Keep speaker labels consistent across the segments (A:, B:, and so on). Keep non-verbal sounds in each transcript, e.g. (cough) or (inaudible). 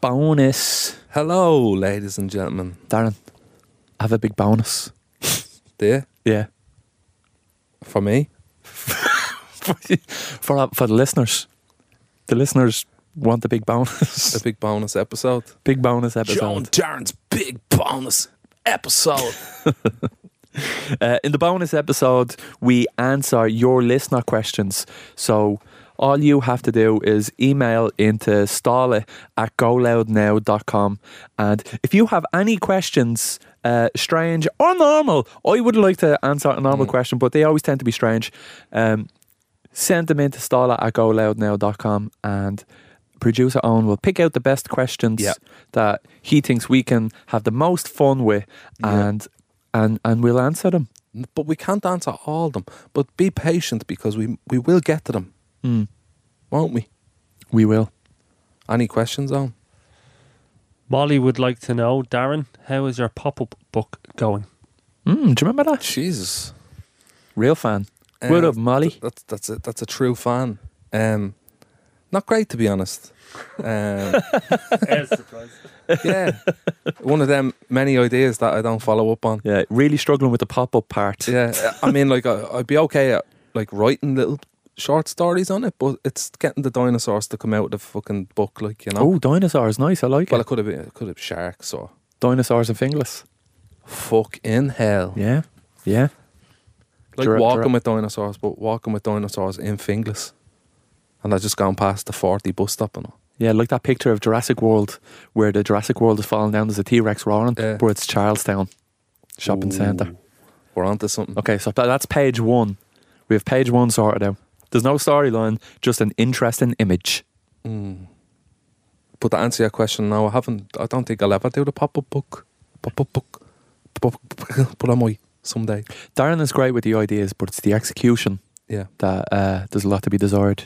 A: bonus.
B: Hello, ladies and gentlemen.
A: Darren, I have a big bonus.
B: Dear,
A: Yeah.
B: for me,
A: (laughs) For uh, for the listeners. The listeners want the big bonus. (laughs)
B: a big bonus episode.
A: big bonus episode.
B: Darren's big bonus episode.
A: Uh, in the bonus episode, we answer your listener questions. So all you have to do is email into stala at goloudnow.com. And if you have any questions, uh, strange or normal, I would like to answer a normal
B: Mm.
A: question, but they always tend to be strange. Um, send them into stala at goloudnow.com and producer Owen will pick out the best questions
B: Yeah.
A: that he thinks we can have the most fun with
B: Yeah.
A: and and and we'll answer them.
B: but we can't answer all of them. But be patient because we we will get to them,
A: Mm,
B: won't we?
A: we will.
B: Any questions on?
C: Molly would like to know, Darren, how is your pop up book going?
A: Mm, do you remember that?
B: Jesus.
A: Real fan. what
B: Uh,
A: up, Molly?
B: th- that's that's a, that's a true fan. Um, not great to be honest. Um, (laughs) yeah, one of them many ideas that I don't follow up on.
A: Yeah, really struggling with the pop up part.
B: (laughs) Yeah, I mean, like I, I'd be okay at like writing little short stories on it, but it's getting the dinosaurs to come out of the fucking book, like you know.
A: Oh, dinosaurs, nice. I like
B: well,
A: it.
B: it could have been, it could have sharks or
A: Dinosaurs and fingless.
B: fuck in hell.
A: Yeah, yeah.
B: Like
A: Giraffe-
B: walking
A: giraffe.
B: with dinosaurs, but walking with dinosaurs in Finglas. And I just gone past the forty bus stop and all.
A: Yeah, like that picture of Jurassic World where the Jurassic World is falling down, there's a T Rex roaring,
B: Yeah.
A: but it's Charlestown Shopping Centre.
B: We're onto something.
A: Okay, so that- that's page one. We have page one sorted out. There's no storyline, just an interesting image.
B: Mm. But to answer your question, no, I haven't. I don't think I'll ever do the pop up book. Pop up book. Pop-up book. (laughs) But I might someday.
A: Darren is great with the ideas, but it's the execution
B: Yeah.
A: that uh, there's a lot to be desired.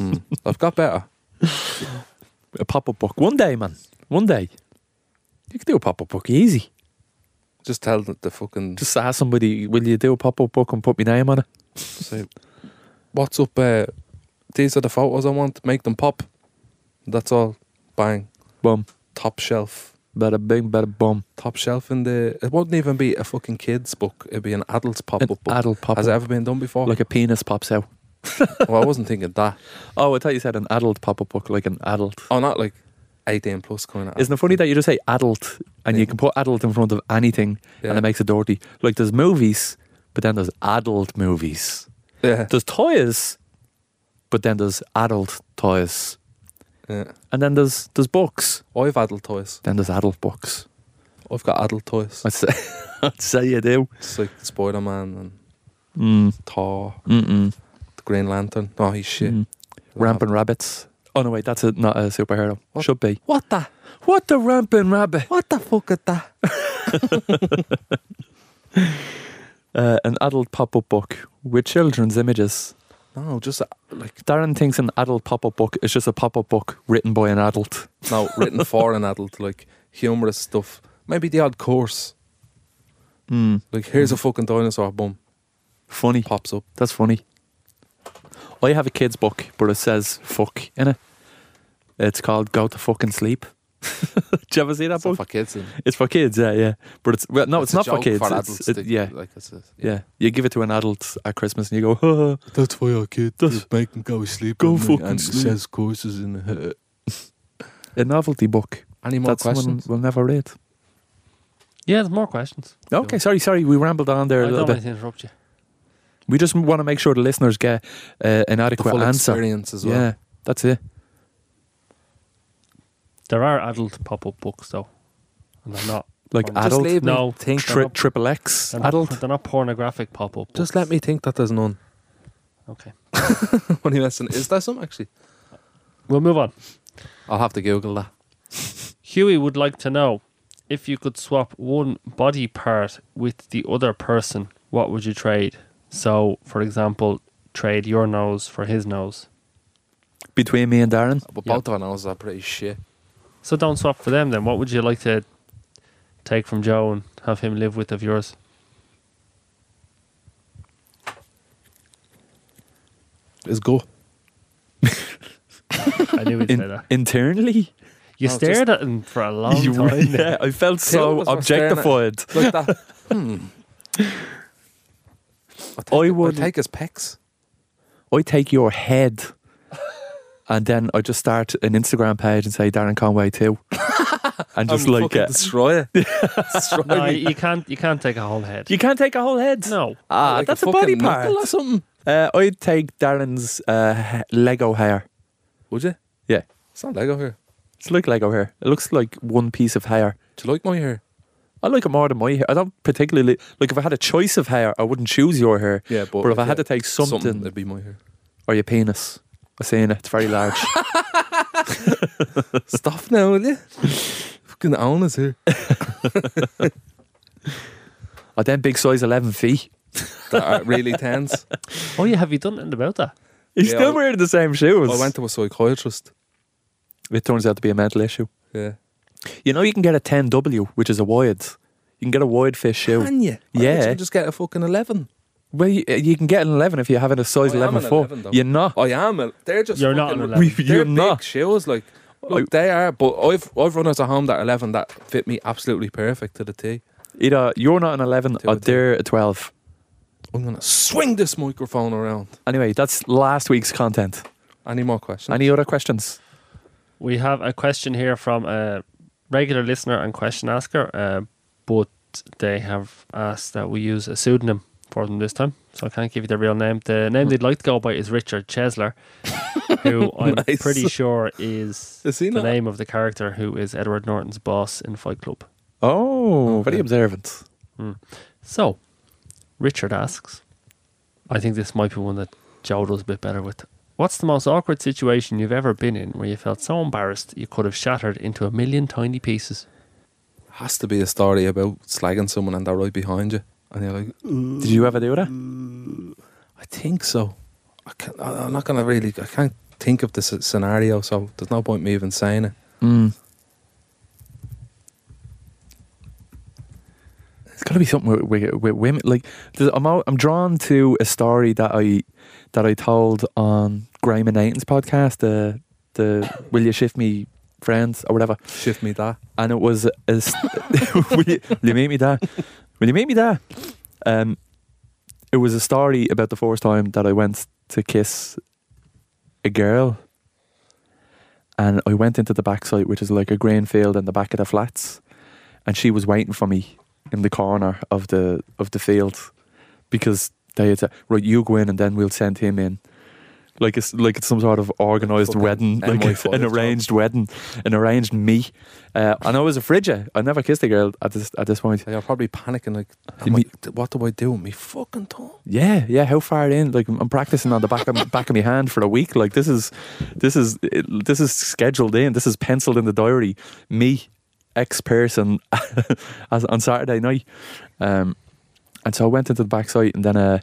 B: Mm. I've got better.
A: A pop up book. One day, man. One day. You could do a pop up book easy.
B: Just tell the, the fucking.
A: Just ask somebody, will you do a pop up book and put my name on it?
B: say, what's up? Uh, these are the photos I want. Make them pop. That's all. Bang.
A: Boom.
B: Top shelf.
A: Bada bing, bada boom.
B: Top shelf in the. It wouldn't even be a fucking kids book. It'd be an adult's pop
A: An
B: up book.
A: adult pop
B: Has it
A: up.
B: ever been done before?
A: Like a penis pops out.
B: well, I wasn't thinking that.
A: Oh, I thought you said an adult pop up book, like an adult.
B: Oh, not like eighteen plus kind of.
A: Isn't it funny that you just say adult and
B: Yeah.
A: you can put adult in front of anything
B: Yeah.
A: and it makes it dirty? Like there's movies, but then there's adult movies.
B: Yeah.
A: There's toys, but then there's adult toys.
B: yeah.
A: And then there's there's books.
B: I've adult toys.
A: Then there's adult books. (laughs)
B: I've got adult toys.
A: I'd say, I'd say you do.
B: It's like Spider Man and
A: Mm.
B: Thor,
A: Mm-mm.
B: the Green Lantern. Oh, he's shit.
A: Mm. Rampant rabbits. Oh no, wait, that's a, not a superhero.
B: What?
A: Should be.
B: What the?
A: What the rampant rabbit?
B: What the fuck is that?
A: (laughs) Uh, an adult pop-up book with children's images.
B: No, just uh, like
A: Darren thinks an adult pop-up book is just a pop-up book written by an adult.
B: No, written for an adult, like humorous stuff. Maybe the odd course.
A: Mm.
B: Like here's a fucking dinosaur, boom,
A: Funny.
B: pops up.
A: That's funny. I have a kids book, but it says "fuck" in it. It's called "Go to Fucking Sleep." (laughs) Did you ever see that
B: It's not
A: book?
B: for kids. and
A: It's for kids, yeah, yeah. But it's well, no, it's,
B: a
A: not for
B: joke
A: kids.
B: For
A: it's-
B: adults,
A: it-
B: to-
A: yeah,
B: like it's a,
A: yeah. You give it to an adult at Christmas, and you go, (laughs)
D: That's why our kid
A: That's-
D: just make him go sleep.
A: Go
D: at night
A: fucking
D: and it
A: sleep.
D: says courses in eh, the
A: a novelty book
B: Any more
A: that someone
B: questions?
A: will never read.
C: Yeah, there's more questions.
A: Okay, sorry, sorry, we rambled on there a
C: I
A: little
C: don't
A: bit.
C: want to interrupt you.
A: We just want to make sure the listeners get uh, an
B: The
A: adequate
B: full
A: answer.
B: experience as well.
A: Yeah, that's it.
C: There are adult pop up books though. And they're not
A: Like
C: Just
A: adult,
B: leave me
C: No.
B: think.
A: tri-
C: up.
A: triple X
C: they're
B: (laughs)
C: Not,
A: adult.
C: they're not pornographic pop up
B: Just let me think that there's none. (laughs)
C: Okay.
B: when you listen, is there some actually?
C: We'll move on.
B: I'll have to Google that.
C: Huey would like to know if you could swap one body part with the other person, what would you trade? So, for example, trade your nose for his nose.
A: Between me and Darren,
B: But
C: Yeah.
B: both of our noses are pretty shit.
C: So don't swap for them then. What would you like to take from Joe and have him live with of yours?
B: It's go.
C: I knew he'd say
A: In,
C: that.
A: internally.
B: No,
C: You
B: just-
C: stared at him
B: (laughs)
C: for a long
A: (laughs) You-
C: time.
A: yeah, I felt so
B: Pillows were staring at-
A: objectified. (laughs)
B: like that. hmm. I'll take- I'll
A: would-
B: take his pecs.
A: I take your head. (laughs) And then I just start an Instagram page and say Darren Conway (laughs) too, and just
B: I'm
A: like
B: fucking
A: it.
B: destroy
A: (laughs)
B: it. destroy
C: No,
B: me.
C: you can't. You can't take a whole head.
A: You can't take a whole head.
C: no.
A: ah,
B: Like
A: that's a,
B: fucking
A: body
B: knuckle or
A: part.
B: something.
A: Uh, I'd take Darren's uh, ha- Lego hair.
B: Would you?
A: Yeah,
B: It's not Lego here.
A: it's like Lego hair. It looks like one piece of hair.
B: Do you like my hair?
A: I like it more than my hair. I don't particularly like. If I had a choice of hair, I wouldn't choose your hair.
B: Yeah,
A: But, if I had to take something,
B: it'd be my hair.
A: or your penis, I seen it. It's very (laughs) large.
B: Stop now, will you? Fucking own is here.
A: I Oh, then big size eleven feet.
B: That are really
A: (laughs)
B: tense.
C: Oh yeah. Have you done anything about that?
A: He's
B: Yeah,
A: still
B: I-
A: wearing the same shoes.
B: Oh, I went to a psychiatrist.
A: it turns out to be a mental issue.
B: Yeah.
A: You know, you can get a 10W, which is a wide. You can get a wide fish shoe.
B: Can you? Why
A: Yeah.
B: don't you just get a fucking 11?
A: Well, you, uh, you can get an 11 if you're having a size
B: I
A: 11
B: am Oh, an
A: foot.
B: 11 though.
A: you're not.
B: (laughs) I am. A, they're just.
C: You're not
B: fucking,
C: an 11.
A: We- (laughs)
B: They're
A: you're
B: big
A: not.
B: shoes. Like, look, they are. But I've I've run out of home that 11 that fit me absolutely perfect to the T.
A: Either you're not an 11
B: Two
A: or
B: and two.
A: they're a 12.
B: I'm gonna swing this microphone around.
A: Anyway, that's last week's content.
B: Any more questions?
A: Any other questions?
C: We have a question here from a regular listener and question asker, uh, but they have asked that we use a pseudonym for them this time, so I can't give you their real name. The name they'd like to go by is
B: (laughs)
C: Richard Chesler, who I'm
B: Nice.
C: pretty sure
B: (laughs)
C: is
B: Is he
C: the
B: not?
C: name of the character who is Edward Norton's boss in Fight Club.
A: Oh, very
B: Okay.
A: observant.
C: So, Richard asks, I think this might be one that Joe does a bit better with. What's the most awkward situation you've ever been in where you felt so embarrassed you could have shattered into a million tiny pieces?
B: Has to be a story about slagging someone and they're right behind you, and you're like,
A: Did you ever do that?
B: I think so. I can I, I'm not gonna really. I can't think of this scenario, so there's no point me even saying it.
A: Mm. It's got to be something with, with, with women. Like, there's- I'm, al- I'm drawn to a story that I that I told on Graham and Nathan's podcast, the the Will You Shift Me Friends or whatever,
B: Shift me that.
A: (laughs) and it was a, s- will, you, will you meet me there? Will you meet me there? Um, it was a story about the first time that I went to kiss a girl, and I went into the backside, which is like a grain field in the back of the flats, and she was waiting for me in the corner of the of the field because they had said, "Right, you go in, and then we'll send him in." Like it's like it's some sort of organised
B: Fucking
A: wedding, like
B: MI5
A: an
B: job.
A: arranged wedding, an arranged meet. Uh, and I was a frigid. I never kissed a girl at this at this point.
B: Like, I'm probably panicking. Like,
A: You
B: I'm
A: mean-
B: like, what do I do? with Me fucking tongue.
A: Yeah, yeah. How far in? Like I'm practicing on the back of (laughs) my, back of my hand for a week. Like this is, this is, it, this is scheduled in. This is penciled in the diary. Me, ex person, as on Saturday night, um, and so I went into the backside, and then uh,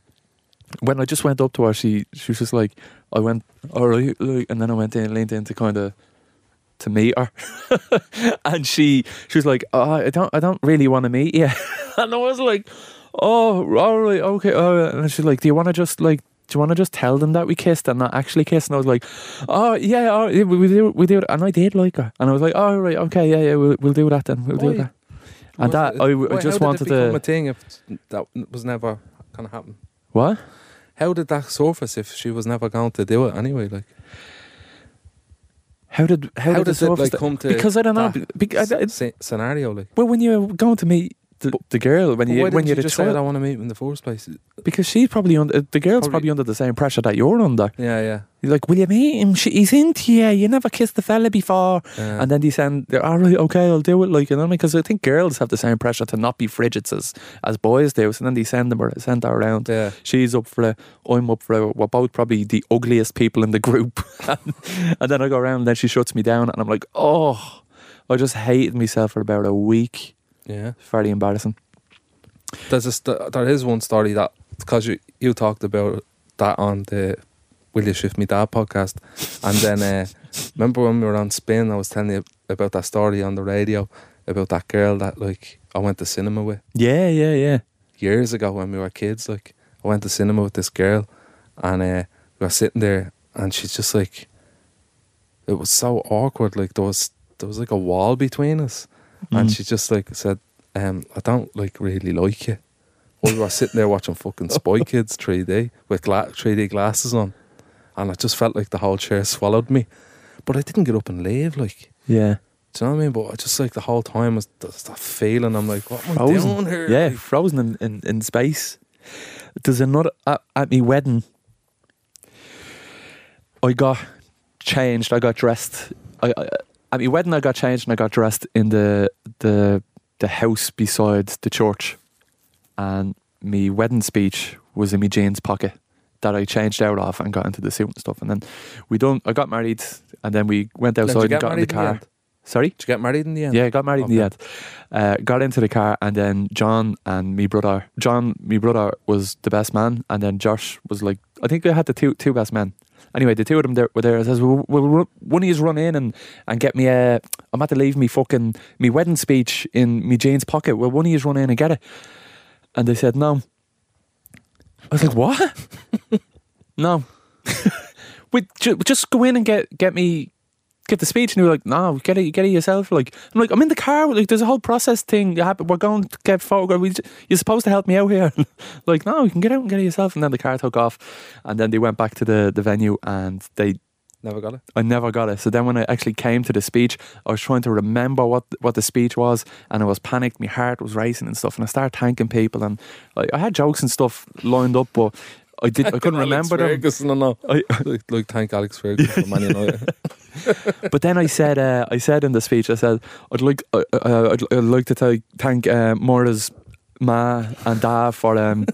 A: when I just went up to her, she she was just like, I went all right, like, and then I went in, leaned in to kind of to meet her, (laughs) and she she was like, oh, I don't I don't really want to meet you, (laughs) and I was like oh, all right, okay. Uh, and she's like, do you want to just like, do you want to just tell them that we kissed and not actually kissed? And I was like, oh yeah, all right, we, we do, we do it. And I did like her, and I was like, all right, okay, yeah, yeah, we'll, we'll do that then, we'll
B: Why?
A: do that. And that
B: uh,
A: I, I just wanted
B: to become
A: to
B: a thing if that was never gonna happen.
A: what?
B: How did that surface if she was never going to do it anyway? Like,
A: How did how,
B: how,
A: did
B: does
A: the
B: it
A: surface
B: like
A: th-
B: come to?
A: because I don't know.
B: that
A: Be, be- I, I,
B: sce- scenario like.
A: well, when you're going to meet the,
B: But-
A: the girl when
B: But
A: you
B: why
A: when
B: didn't
A: you're
B: you
A: the
B: just say I
A: child,
B: want to meet him in the first place?
A: because she's probably under the girl's
B: Probably-
A: probably, under the same pressure that you're under.
B: Yeah, yeah.
A: You're like, will you meet him? She, he's into you. You never kissed the fella before.
B: yeah.
A: And then they send, they're, all right, okay, I'll do it. Like, you know, because I think girls have the same pressure to not be frigids as, as boys do. So then they send them or send her around.
B: yeah.
A: She's up for it. I'm up for it. We're both probably the ugliest people in the group. (laughs) and then I go around and then she shuts me down and I'm like, oh, I just hated myself for about a week.
B: Yeah,
A: Very embarrassing.
B: there's a st- there is one story that because you you talked about that on the Will You Shift Me Dad podcast, and then uh, remember when we were on Spin, I was telling you about that story on the radio about that girl that like I went to cinema with
A: Yeah, yeah, yeah.
B: years ago when we were kids. Like I went to cinema with this girl, and uh, we were sitting there, and she's just like, it was so awkward. Like there was there was like a wall between us, and
A: Mm.
B: she just like said, um, "I don't like really like you." While we were sitting there watching
A: (laughs)
B: fucking Spy Kids 3D with gla- 3D glasses on, and I just felt like the whole chair swallowed me. But I didn't get up and leave. Like,
A: yeah,
B: do you know what I mean? But I just like the whole time was there's that feeling. I'm like, what am I
A: Frozen.
B: doing here?
A: yeah,
B: Like,
A: frozen in, in, in space. There's another at, at me wedding. I got changed. I got dressed. I, I at my wedding, I got changed and I got dressed in the the the house beside the church, and my wedding speech was in my jeans pocket that I changed out of and got into the suit and stuff. And then we done. I got married, and then we went
B: did you
A: outside
B: get
A: and got in the
B: married in the
A: car.
B: end?
A: Sorry.
B: Did you get married in the end?
A: Yeah, got married in the end.
B: Okay.
A: Uh, got into the car, and then John and me brother, John, me brother was the best man, and then Josh was like, I think I had the two two best men. Anyway, the two of them there, were there. I says, well, well, run- one of you's run in and, and get me a. I'm about to leave me fucking me wedding speech in me Jane's pocket. Well, one of you's run in and get it. And they said no. I was like, what? (laughs) no. we ju- just go in and get get me get the speech, and they were like, no, get it, get it yourself. Like, I'm like, I'm in the car. Like, there's a whole process thing. that happened. We're going to get photographed. We, j- you're supposed to help me out here. (laughs) like, no, you can get out and get it yourself. And then the car took off, and then they went back to the the venue, and they
B: Never got it.
A: I never got it. So then when I actually came to the speech, I was trying to remember what what the speech was, and I was panicked. My heart was racing and stuff, and I started thanking people, and like, I had jokes and stuff lined up, but I did
B: (laughs)
A: I couldn't remember them.
B: No, no.
A: I-
B: (laughs) like, like, thank
A: (laughs)
B: Alex Ferguson for Man United.
A: But then I said, uh, I said in the speech, I said, I'd like, uh, uh, I'd, I'd like to thank thank uh, Maura's ma and dad for
B: (laughs)
A: um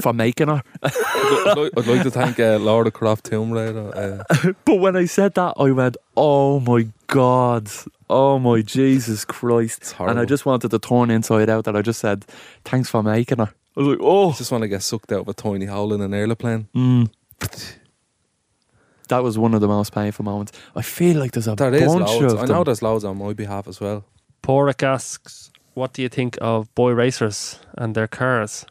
A: for making her.
B: I'd, like, I'd like to thank uh, Laura Croft Tomb Raider. Uh,
A: But when I said that, I went, oh my god, oh my Jesus Christ,
B: it's horrible.
A: and I just wanted to turn inside out. That I just said, thanks for making her. I was like, oh,
B: just want to get sucked out of a tiny hole in an airplane.
A: Mm. that was one of the most painful moments. I feel like there's a
B: There
A: bunch
B: is loads.
A: of
B: I
A: them.
B: know there's loads on my behalf as well.
C: Porik asks, "What do you think of boy racers and their cars?"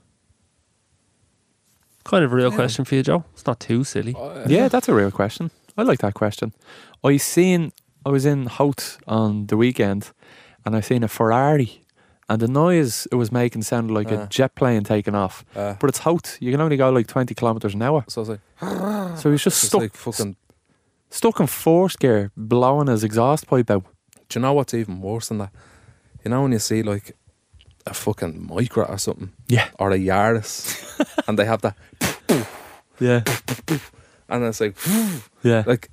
C: Kind of a real
B: Yeah.
C: question for you, Joe. It's not too silly.
A: Yeah, that's a real question. I like that question. I seen I was in Hout on the weekend, and I seen a Ferrari, and the noise it was making sounded like
B: Ah.
A: a jet plane taking off.
B: Uh,
A: But it's Hout; you can only go like twenty kilometers an hour.
B: so I was like,
A: So he was just
B: it's
A: stuck,
B: like fucking.
A: stuck in fourth gear, blowing his exhaust pipe out.
B: Do you know what's even worse than that? You know when you see like a fucking Micra or something,
A: Yeah,
B: or a Yaris, and they have that,
A: (laughs) yeah,
B: and it's like,
A: yeah.
B: like,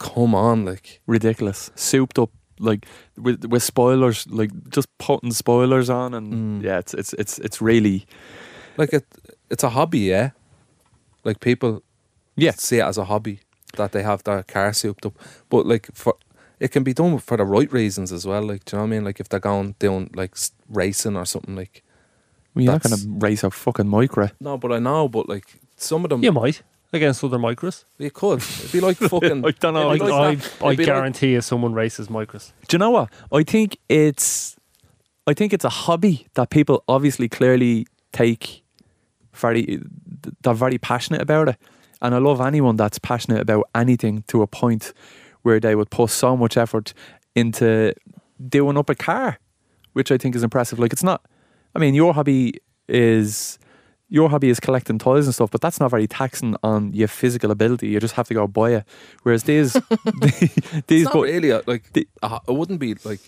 B: come on, like,
A: Ridiculous, souped up like with with spoilers, like just putting spoilers on, and
B: Mm.
A: yeah, it's it's it's it's really
B: like it, it's a hobby, yeah. Like people
A: yeah.
B: see it as a hobby that they have their car souped up. But like for it can be done for the right reasons as well. Like do you know what I mean? Like if they're going doing like s- racing or something. Like
A: You're not gonna
B: That's-
A: race a fucking micro.
B: no, but I know. But like some of them,
C: You might against other micros.
B: you could. It'd be like fucking.
A: don't
B: know.
C: I,
B: It'd be
C: I,
B: like that.
C: I
B: It'd be like-
C: guarantee if someone races micros,
A: Do you know what? I think it's, I think it's a hobby that people obviously clearly take very, they're very passionate about it, and I love anyone that's passionate about anything to a point where they would put so much effort into doing up a car, which I think is impressive. Like it's not, I mean, your hobby is. Your hobby is collecting toys and stuff, but that's not very taxing on your physical ability. You just have to go buy it. Whereas these, (laughs)
B: (laughs) it's
A: these,
B: not
A: but
B: really a, like
A: The-
B: a ho- it wouldn't be like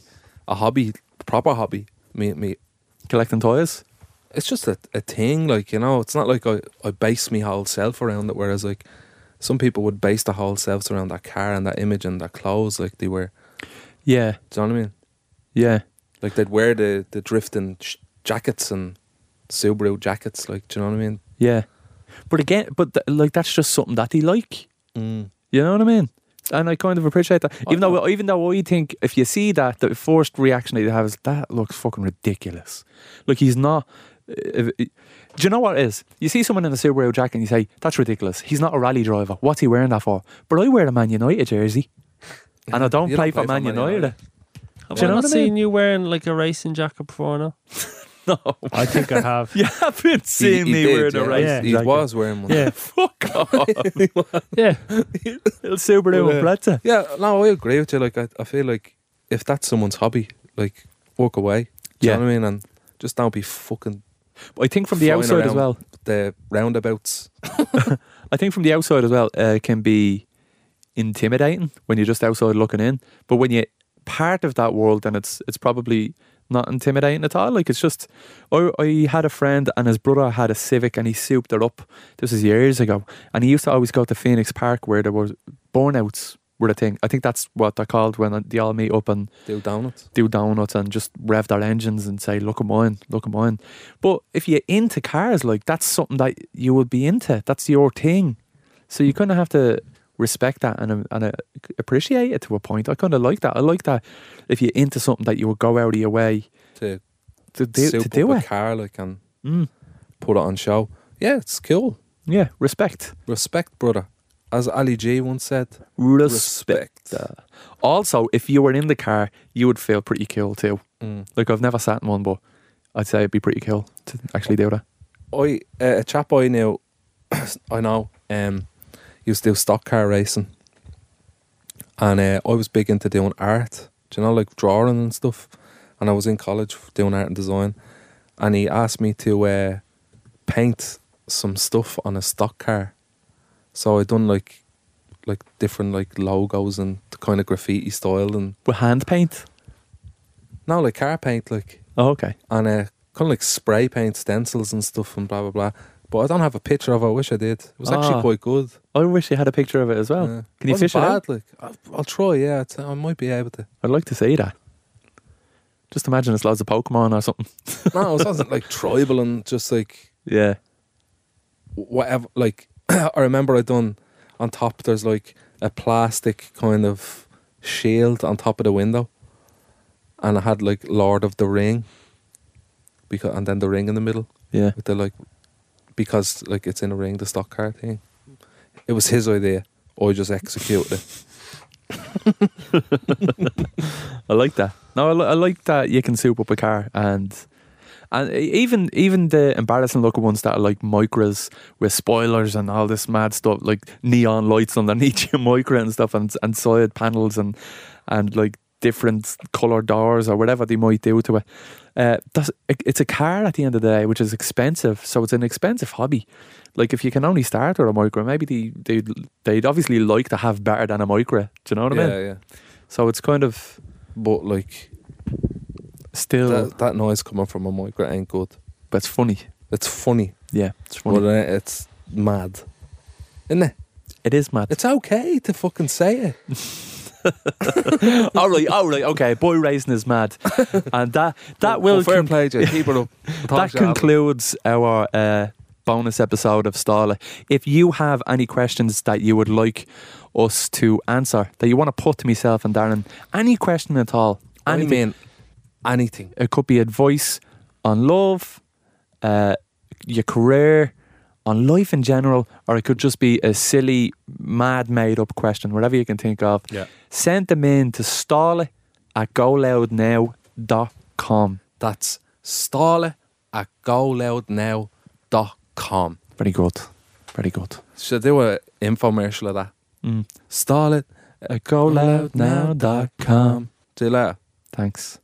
B: a hobby, proper hobby. Me, me.
A: collecting toys.
B: It's just a, a thing, like you know. It's not like I, I base me whole self around it. Whereas like some people would base their whole selves around that car and that image and their clothes, like they were.
A: Yeah,
B: Do you know what I mean?
A: yeah,
B: Like they'd wear the the drifting sh- jackets and Subaru jackets. Like, do you know what I mean?
A: yeah. But again, but th- like that's just something that they like.
B: Mm.
A: You know what I mean? And I kind of appreciate that. Even though, even though I think if you see that, the first reaction that you have is that looks fucking ridiculous. Like he's not. if- do you know what it is? You see someone in a Subaru jacket and you say, "That's ridiculous. He's not a rally driver. What's he wearing that for?" But I wear a Man United
B: (laughs)
A: jersey, and I don't,
B: You
A: play, for Man, United.
C: have
A: Do you
C: I
A: know
C: not
A: what I mean?
C: seen you wearing like a racing jacket before now?
A: no.
E: I think I have.
A: (laughs) You haven't seen
B: he
A: me
B: did,
A: wearing a
B: yeah.
A: race.
E: Yeah.
B: He
E: Exactly.
B: was wearing one. (laughs)
E: Yeah,
A: Fuck off.
C: Yeah.
A: Little Subaru
B: Yeah.
A: Impreza.
B: Yeah, no, I agree with you. Like, I, I feel like if that's someone's hobby, like, walk away. Do
A: Yeah.
B: you know what I mean? And just don't be fucking
A: I think from the
B: Flying
A: outside as
B: around.
A: well.
B: the roundabouts.
A: I think from the outside as well uh, can be intimidating when you're just outside looking in. But when you're part of that world, then it's it's probably not intimidating at all. Like it's just, I, I had a friend and his brother had a Civic and he souped it up. This is years ago, and he used to always go to Phoenix Park where there was burnouts were a thing. I think that's what they're called when they all meet up and
B: Do donuts.
A: do donuts and just rev their engines and say, "Look at mine, look at mine." But if you're into cars, like that's something that you would be into. That's your thing. So you kind of have to respect that and um, and uh, appreciate it to a point. I kind of like that. I like that if you're into something that you would go out of your way
B: To
A: to do,
B: soup
A: to do
B: up
A: it.
B: a car, like, and
A: Mm.
B: put it on show. Yeah, it's cool.
A: Yeah, respect.
B: Respect, brother. As Ali G once said,
A: Respect. Uh, also, if you were in the car, you would feel pretty cool too.
B: Mm.
A: Like I've never sat in one, but I'd say it'd be pretty cool to actually do that.
B: I uh, a chap I knew, (clears throat) I know, um, used to do stock car racing, and uh, I was big into doing art. Do you know, like drawing and stuff. And I was in college doing art and design, and he asked me to uh, paint some stuff on a stock car. So I done like, like different like logos and the kind of graffiti style and
A: With hand paint.
B: no like car paint like
A: Oh, okay.
B: and uh, kind of like spray paint stencils and stuff and blah blah blah. But I don't have a picture of it. I wish I did. It was
A: Ah.
B: actually quite good.
A: I wish you had a picture of it as well.
B: Yeah.
A: Can you
B: Wasn't
A: fish it out?
B: bad, Like I'll, I'll try. Yeah, it's- I might be able to.
A: I'd like to see that. Just imagine it's loads of Pokemon or something.
B: No, it wasn't like tribal and just like
A: Yeah.
B: whatever. Like (clears throat) I remember I done on top. There's like a plastic kind of shield on top of the window, and I had like Lord of the Ring, because and then the ring in the middle.
A: Yeah.
B: with the like because like it's in a ring the stock car thing it was his idea I just executed it
A: (laughs) I like that. No, I, li- I like that you can soup up a car and and e- even even the embarrassing looking ones that are like micras with spoilers and all this mad stuff, like neon lights underneath (laughs) your micra and stuff, and and side panels and and like different color doors or whatever they might do to it. Uh, that's, it- it's a car at the end of the day, which is expensive, so it's an expensive hobby. Like if you can only start with a micra, maybe they they'd, they'd obviously like to have better than a micra. Do you know what I
B: yeah
A: mean?
B: yeah
A: So it's kind of
B: but like
A: still
B: that, that noise coming from a micro ain't good
A: But it's funny.
B: it's funny,
A: Yeah, it's
B: but uh, it's mad isn't it
A: it is
B: (laughs)
A: mad.
B: it's okay to fucking say it
A: all right, all right, okay. Boy raising is
B: (laughs)
A: mad, and that that will
B: well, fair
A: con- (laughs)
B: play Jay keep it up
A: that concludes our uh, bonus episode of Starla. If you have any questions that you would like us to answer, that you want to put to myself and Darren, any question at all,
B: I
A: anything,
B: mean anything
A: it could be advice on love, uh, your career, on life in general, or it could just be a silly, mad, made up question, whatever you can think of.
E: Yeah.
A: Send them in to stall at goloudnow.com.
B: that's starlet at goloudnow.com
A: Very good. Very good.
B: should do an infomercial of that
A: Mm.
B: starlet
A: At goloudnow.com.
B: See you later.
A: Thanks.